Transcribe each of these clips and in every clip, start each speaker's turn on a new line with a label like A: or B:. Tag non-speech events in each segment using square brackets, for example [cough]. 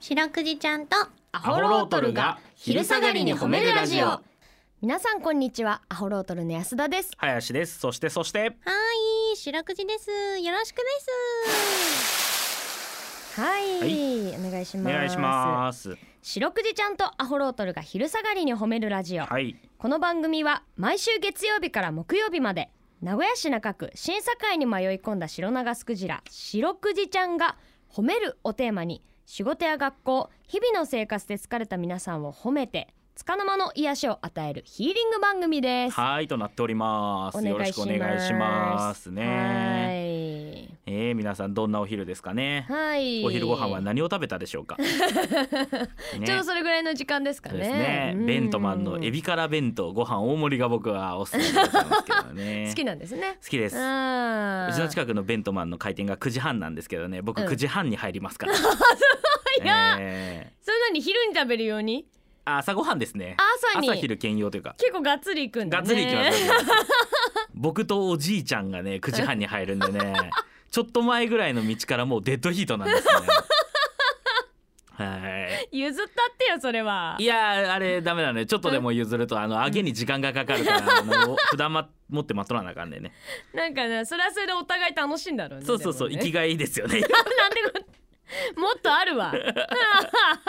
A: 白くじちゃんとア
B: ホロートルが昼下がりに褒めるラジオ
C: 皆さんこんにちはアホロートルの安田です
B: 林ですそしてそして
A: はい白くじですよろしくです
C: はい、
B: はい
C: お願いし
B: お
C: ます
B: 願いします
C: 白くじちゃんとアホロートルが昼下がりに褒めるラジオ、
B: はい
C: この番組は毎週月曜日から木曜日まで名古屋市中区審査会に迷い込んだ白長スクジラ白くじちゃんが褒めるをテーマに仕事や学校日々の生活で疲れた皆さんを褒めて束の間の癒しを与えるヒーリング番組です
B: はいとなっております
C: お願い
B: よろしくお願いしますね
C: ね
B: えー、皆さんどんなお昼ですかね
C: はいはい
B: お昼ご飯は何を食べたでしょ
C: [laughs]
B: うかね
C: ちょうどそれぐらいの時間ですか
B: そう
C: ね
B: ですね
C: うん
B: ベントマンのエビから弁当ご飯大盛りが僕はおすすめでございますけどね
C: [laughs] 好きなんですね
B: 好きですう
C: う
B: ちの近くのベントマンの開店が9時半なんですけど
C: [laughs]
B: ね僕
C: うん
B: 9時半に入り
C: [laughs]
B: ますから、え
C: それなに昼に食べるように
B: ー朝ごはんですね
C: 朝に
B: 昼兼用というか
C: 結構がっつり行くんだ
B: が
C: ね
B: っつり行きます [laughs] よ、僕とおじいちゃんがね9時半に入るんでね [laughs] ちょっと前ぐらいの道からもうデッドヒートなんですねはい
C: [laughs] 譲ったってよそれはい
B: やーあれダメだねちょっとでも譲るとあの揚げに時間がかかる [laughs] から、あの普段、ま、持って待っとらなあかんでね
C: なんかねそれはそれでお互い楽しいんだろうね
B: そうそうそう、
C: でも
B: 生
C: ね [laughs]
B: きがいいですよね [laughs]
C: なんでこもっとあるわ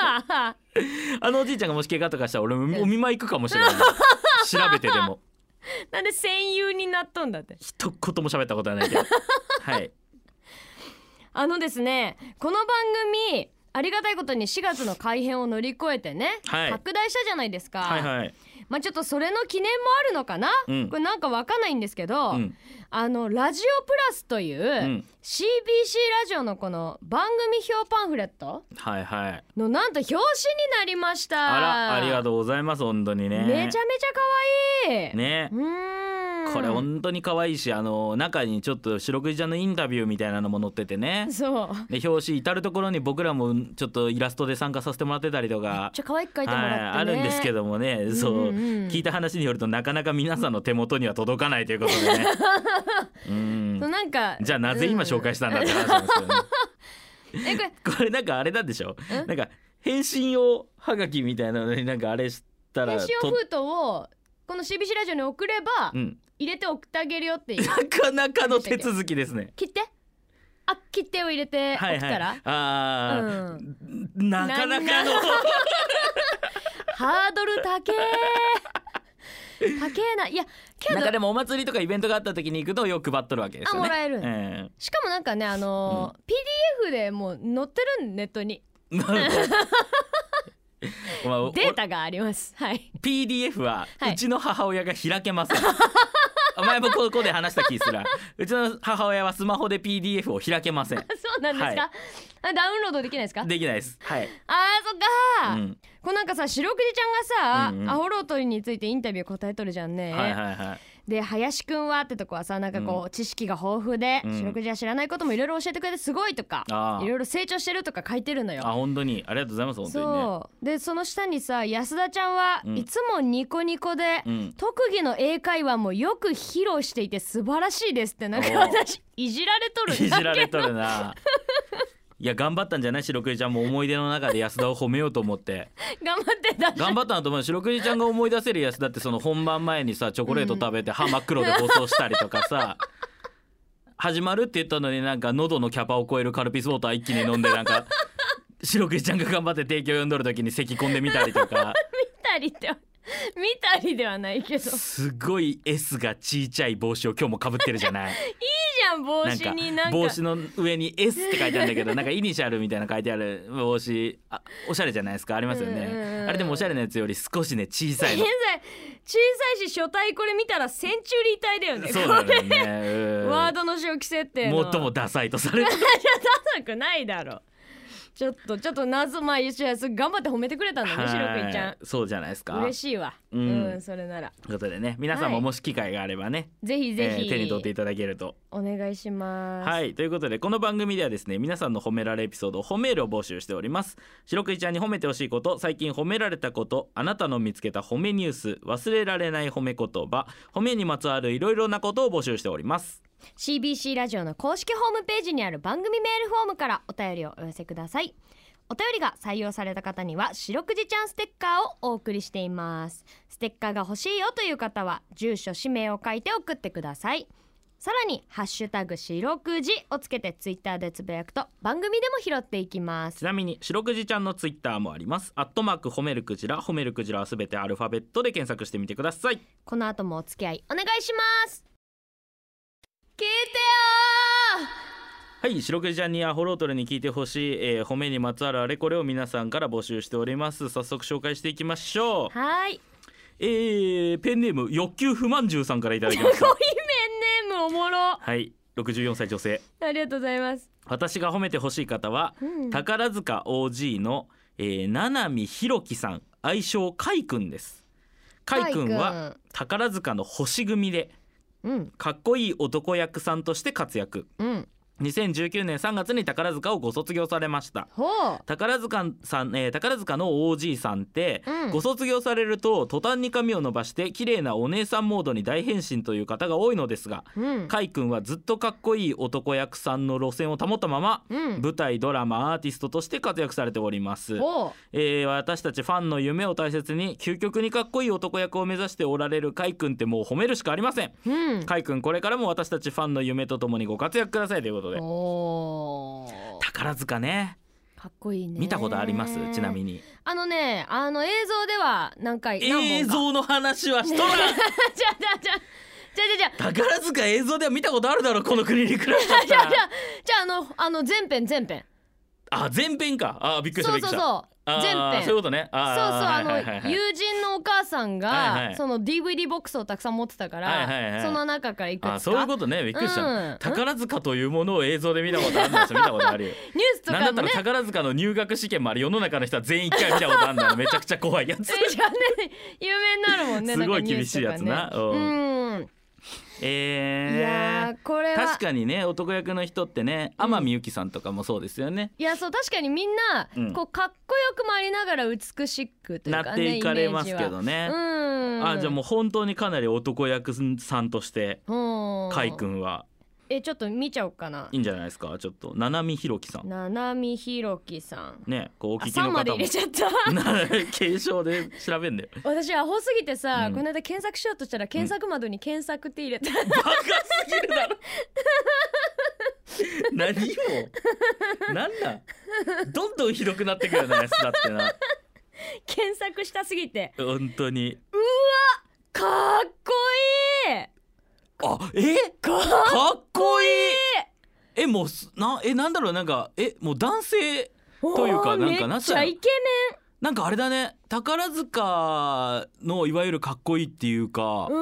B: あのおじいちゃんがもし怪我とかしたら俺もお見舞い行くかもしれない調べてでも
C: なんで戦友になっとんだって
B: 一言も喋ったことはないけど [laughs] はい
C: あのですねこの番組ありがたいことに4月の改編を乗り越えてね、
B: はい
C: 拡大したじゃないですか、
B: はいはい
C: まあちょっとそれの記念もあるのかな、
B: うん
C: これなんかわかんないんですけど、
B: うん
C: あのラジオプラスという、
B: うん
C: CBC ラジオのこの番組表パンフレット
B: はいはい
C: のなんと表紙になりました
B: あらありがとうございます本当にね
C: めちゃめちゃ可愛い
B: ね
C: うーん
B: これ本当に可愛いしあの中にちょっと白くじちゃんのインタビューみたいなのも載っててね
C: そう
B: で表紙至る所に僕らもちょっとイラストで参加させてもらってたりと
C: めっ
B: か
C: ちゃ可愛く書いても
B: はい
C: らってね
B: あるんですけどもねそう,、
C: うんうん
B: 聞いた話によるとなかなか皆さんの手元には届かないというこ
C: [laughs]
B: とでねうん
C: そうなんか
B: じゃあなぜ今紹介
C: し
B: したんだって話なんですけどね
C: えこれ
B: [laughs] これなんかあれなんでしょ
C: ん
B: なんか返信用はがきみたいなのになんかあれしたら
C: 返信用
B: と
C: 封筒をこの CBC ラジオに送れば
B: うん、
C: 入れて送ってあげるよって
B: [laughs]
C: いう
B: なかなかの手続きですね
C: 切ってあ切手を入れて送ったら、
B: あー、なかなか
C: な
B: の
C: んハードル高え
B: [laughs]
C: 高えないやけ
B: [laughs] なんか
C: ど
B: でもお祭りとかイベントがあった時に行くとよく配っとるわけですよね
C: あもらえるんだ
B: え
C: しかもなんかねあのー PDF でもう載ってるんネットに [laughs]
B: え [laughs] お前お
C: データがありますはい
B: PDF は
C: はいう
B: ちの母親が開け
C: [laughs]
B: ませんお前もここで話した気するわうちの母親はスマホで PDF を開けませ
C: [laughs]
B: ん
C: そうなんですか、
B: は
C: あダウンロードできないですか
B: できないですはい、
C: あーそっ
B: う
C: かー、
B: ん、
C: こうなんかさ白くじちゃんがさ、
B: うんうん
C: アホロートリについてインタビュー答えとるじゃんね、
B: はいはいはい
C: で林くんはってとこはさなんかこう、知識が豊富で、
B: うん
C: 白くじは知らないこともいろいろ教えてくれてすごいとか
B: あー
C: いろいろ成長してるとか書いてるのよ
B: あ本当にありがとうございます本当にね
C: そうでその下にさ安田ちゃんは、
B: うん
C: いつもニコニコで、
B: うん
C: 特技の英会話もよく披露していて素晴らしいですってなんか
B: おー
C: 私いじられとる
B: いじられとるな。いや頑張ったんじゃない白くじちゃんも思い出の中で安田を褒めようと思って
C: 頑張ってた
B: 頑張ったなと思うよ白くじちゃんが思い出せる安田ってその本番前にさチョコレート食べて歯真っ黒で放送したりとかさ始まるって言ったのになんか喉のキャパを超えるカルピスウォーター一気に飲んでなんか白くじちゃんが頑張って提供読んどる時に咳込んでみたりとか
C: 見たりっては見たりではないけどいいじ
B: すごい S がちいちゃい帽子を今日もかぶってるじゃない。
C: ゃん帽
B: なん
C: 子
B: か
C: になんか
B: 帽子の上に S って書いてあるんだけどなんかイニシャルみたいなの書いてある帽子あおしゃれじゃないですかありますよ
C: うんうんう
B: ね
C: ん
B: あれでもおしゃれなやつより少しね小さい
C: 現
B: の
C: 在小さいし書体これ見たらセンチュリー体だよね
B: [laughs] そう
C: こ
B: だ
C: れ
B: よねうん
C: ワードの初期設定の
B: 最もダサいとされる
C: 高くないだろちょっとちょっと謎まあ一緒やす頑張って褒めてくれたんだね白くいちゃ
B: はいそうじゃないです
C: ん
B: か
C: 嬉しいわ
B: う
C: うんん、それなら
B: ということでね皆さんも
C: はい
B: もし機会があればね、
C: ぜひぜ
B: え
C: ひ、
B: ー手に取っていただけると
C: お願いします
B: はいということでこの番組ではですね皆さんの褒められエピソード褒めるを募集しております白くじちゃんに褒めてほしいこと最近褒められたことあなたの見つけた褒めニュース忘れられない褒め言葉褒めにまつわるいろいろなことを募集しております
C: CBC ラジオの公式ホームページにある番組メールフォームからお便りをお寄せくださいお便りが採用された方には白くじちゃんステッカーをお送りしていますステッカーが欲しいよという方は住所氏名を書いて送ってくださいさらにハッシュタグ白くじをつけてツイッターでつぶやくと番組でも拾っていきます
B: ちなみに白くじちゃんのツイッターもありますアットマーク褒めるクジラ褒めるクジラはすべてアルファベットで検索してみてください
C: この後もお付き合いお願いします聞いてよ
B: はい白くじちゃんにアホロートルに聞いてほしい、えー褒めにまつわるあれこれを皆さんから募集しております早速紹介していきましょう
C: ーは [laughs] ーい
B: えー、ペンネーム欲求不満中さんからいただきま
C: [laughs]
B: し
C: すご
B: た
C: いメンネームおもろ
B: はい64歳女性
C: ありがとうございます、
B: 私が褒めてほしい方は
C: うん
B: 宝塚 OG の、えー、七海ひろきさん愛称かいくんですかいくんは宝塚の星組で
C: うん
B: かっこいい男役さんとして活躍
C: うん
B: 2019年3月に宝塚をご卒業されました
C: ほう
B: 宝塚さん、えー宝塚の OG さんって、
C: うん
B: ご卒業されると途端に髪を伸ばして綺麗なお姉さんモードに大変身という方が多いのですが
C: うん
B: かいくんはずっとかっこいい男役さんの路線を保ったまま
C: うん
B: 舞台ドラマアーティストとして活躍されております、
C: ほ
B: えー私たちファンの夢を大切に究極にかっこいい男役を目指しておられるかいくんってもう褒めるしかありません
C: ううん
B: かいくんこれからも私たちファンの夢とともにご活躍くださいということで
C: おー
B: 宝塚ね
C: かっこいいね
B: 見たことありますちなみ
C: に
B: に
C: あのねあの映像では何回何本か
B: 映
C: [laughs]
B: 像の話はしとらん
C: じゃあじゃあじゃあじゃあじゃあ
B: 宝塚映像では見たことあるだろこの国に暮らしとっ
C: じ
B: た
C: ゃあじゃあじゃ
B: ら
C: あじゃああのあの前編前編
B: あ前編かあーびっくりした
C: そ
B: び
C: う
B: っく
C: そう
B: りした
C: そう
B: あ
C: 前
B: ー
C: 編
B: そういうことね
C: そう
B: あ
C: そう
B: ー
C: あ
B: はいはいはいは
C: の
B: い
C: 友人のお母さん
B: はいは
C: が
B: い
C: その DVD ボックスをたくさん持ってたか
B: はいはいは
C: ら
B: い
C: その中からいくつ
B: あ
C: か
B: そういうことねびっくりした、
C: うん
B: 宝塚というものを映像で見たことあるんですよ見たこと
C: [laughs]
B: あるよ
C: ニュースと
B: なんだ
C: か
B: った
C: も
B: ら
C: ね
B: 宝塚の入学試験もある世の中の人は全員一回見たことあるん
C: [laughs]
B: だよめちゃくちゃ怖いやつ
C: じゃあね有名になるもんね
B: すごい
C: なんかニュースとかね
B: 厳しいやつなう
C: うん
B: えー、
C: いやーこれは
B: 確かにね男役の人ってね天海祐希さんとかもそうですよね、
C: いやそう確かにみんな、
B: うん
C: こうかっこよくもありながら美しくというかね
B: なっていかれますけど
C: イメー
B: ね
C: ジ、はうん
B: あじゃあもう本当にかなり男役さんとして
C: うん
B: 海くんは
C: えちょっと見ちゃおうかない
B: いんじゃないですかちょっと七海ひろきさん
C: ななみひろきさん
B: ねこうお
C: あ
B: 聞き
C: 3
B: の
C: まで
B: 方
C: 入れ
B: も
C: ちゃった
B: [laughs] 継承で調べんだよ
C: 私アホすぎてさ、
B: うん
C: この間検索しようとしたら検索窓に検索って入れた、
B: バカすぎるだろ何よなんなんどんどんひどくなってくるよね安田ってな
C: [laughs] 検索したすぎて
B: 本当に
C: かっこいい
B: あえ
C: かっ
B: かっこいいえもうすなえなんだろうなんかえもう男性というか
C: おー
B: なんか
C: め
B: な
C: っ
B: んつう
C: ち
B: の
C: ゃイケ
B: なんかあれだね宝塚のいわゆるかっこいいっていうか、
C: メン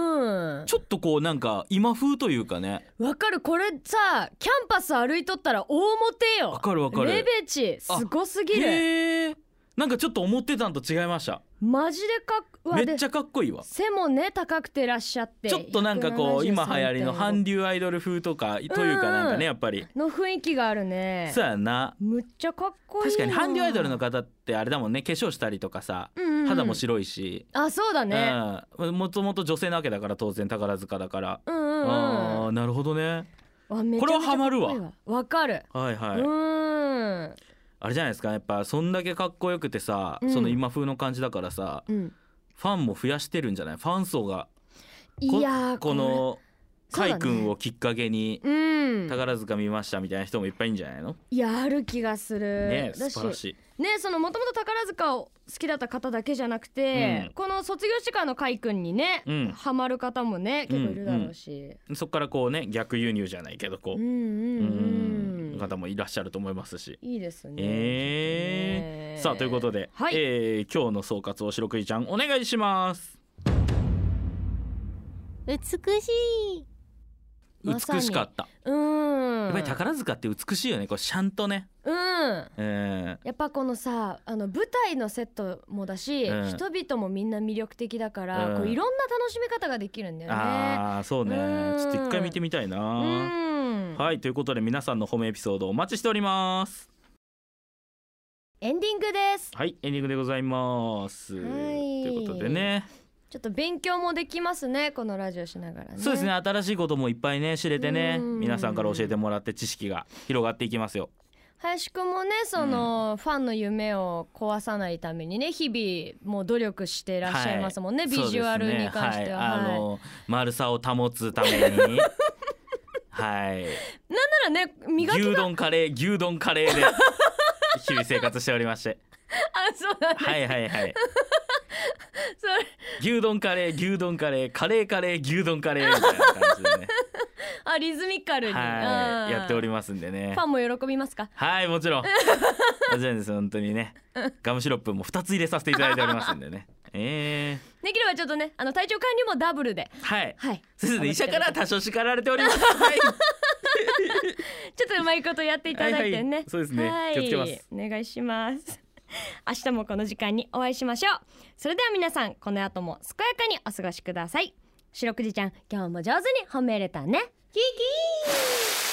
C: うん
B: ちょっとこうなんか今風というかね
C: わかるこれさキャンパス歩いとったら大モテよ
B: わかるわかる
C: レベチすごすぎる
B: へえなんかちょっと思ってたんと違いました
C: マジでかっうわ
B: め
C: で
B: っちゃかっこいいわ
C: 背もね高くてらっしゃって
B: ちょっとなんかこう今流行りの韓
C: ン
B: 流アイドル風とかというかなんかねやっぱり
C: の雰囲気があるね
B: そうやな
C: むっちゃかっこいい
B: 確
C: な
B: かに韓流アイドルの方ってあれだもんね化粧したりとかさ
C: うんうんうん
B: 肌も白いし
C: あそうだね
B: うんもともと女性なわけだから当然宝塚だから、
C: うんうんうん
B: あーなるほどね
C: わめちゃめちゃ
B: これはハマる
C: か
B: わ
C: っこいいわかる
B: はいうはい、
C: ーん
B: あれじゃないですかやっぱそんだけかっこよくてさ、
C: うん
B: その今風の感じだからさ
C: うん
B: ファンも増やしてるんじゃないファン層がこ
C: いやー
B: こ
C: れ
B: の
C: そうだ
B: カ
C: ね
B: イ君をきっかけに
C: うん
B: 宝塚見ましたみたいな人もいっぱいいんじゃないの、
C: いやある気がする
B: ねえ
C: だ
B: 素
C: し
B: 晴らしい
C: ねそのもともと宝塚を好きだった方だけじゃなくて、
B: うん
C: この卒業してからの海君にね、
B: うん
C: ハマる方もね結構いるだろうし、
B: そこからこうね逆輸入じゃないけどこ
C: うん、う
B: う、
C: ん
B: う
C: うん
B: ん方もいらっしゃると思いますし。
C: いいですね、
B: えー、さあということで、
C: はい
B: えー今日の総括を白くじちゃんお願いします
A: 美しい
C: まさに
B: 美しかった、
C: うん
B: やっぱり宝塚って美しいよねこうちゃんとね、
C: うん
B: うん、
C: やっぱこのさあの舞台のセットもだし、
B: うん
C: 人々もみんな魅力的だから、
B: うん
C: こういろんな楽しみ方ができるんだよね。
B: ああそうね
C: うん
B: ちょっと一回見てみたいな、
C: うん
B: はいということで皆さんの褒めエピソードお待ちしております
C: エンディングです
B: はいエンディングでございます、
C: はい
B: ということでね
C: ちょっと勉強もできますねこのラジオしながらね。
B: そうですね新しいこともいっぱいね知れてね
C: うん
B: 皆さんから教えてもらって知識が広がっていきますよ
C: 林くんもねその、ファンの夢を壊さないためにね日々もう努力してらっしゃいますもんね、
B: はい
C: ビジュアルに関しては、
B: そうですね
C: はい
B: あの丸さを保つため
C: [laughs]
B: にはい
C: なんならね磨き
B: 牛丼カレー牛丼カレーで日々生活しておりまして
C: あ [laughs] そうだね、
B: はいはいはい
C: それ
B: 牛丼カレー牛丼カレーカレーカレー牛丼カレーみたいな感じ [laughs] でね
C: あリズミカルに、
B: はいやってお
C: り
B: りますんでね
C: ファンも喜びますか
B: はいもち [laughs] ろんもちろんです本当にねガムシロップも2つ入れさせていただいておりますんでねえ
C: できればちょっとねあの体調管理もダブルで
B: ー、はい
C: はい
B: そうですね医者から
C: ちょ
B: 多少叱られておりますはい
C: っとうまいことやっていただいてね、
B: はいはいそうですね
C: はい
B: 気をつけます
C: お願いします [laughs] 明日もこの時間にお会いしましょうそれでは皆さんこの後も健やかにお過ごしください白くじちゃん今日も上手に褒めれたねキキー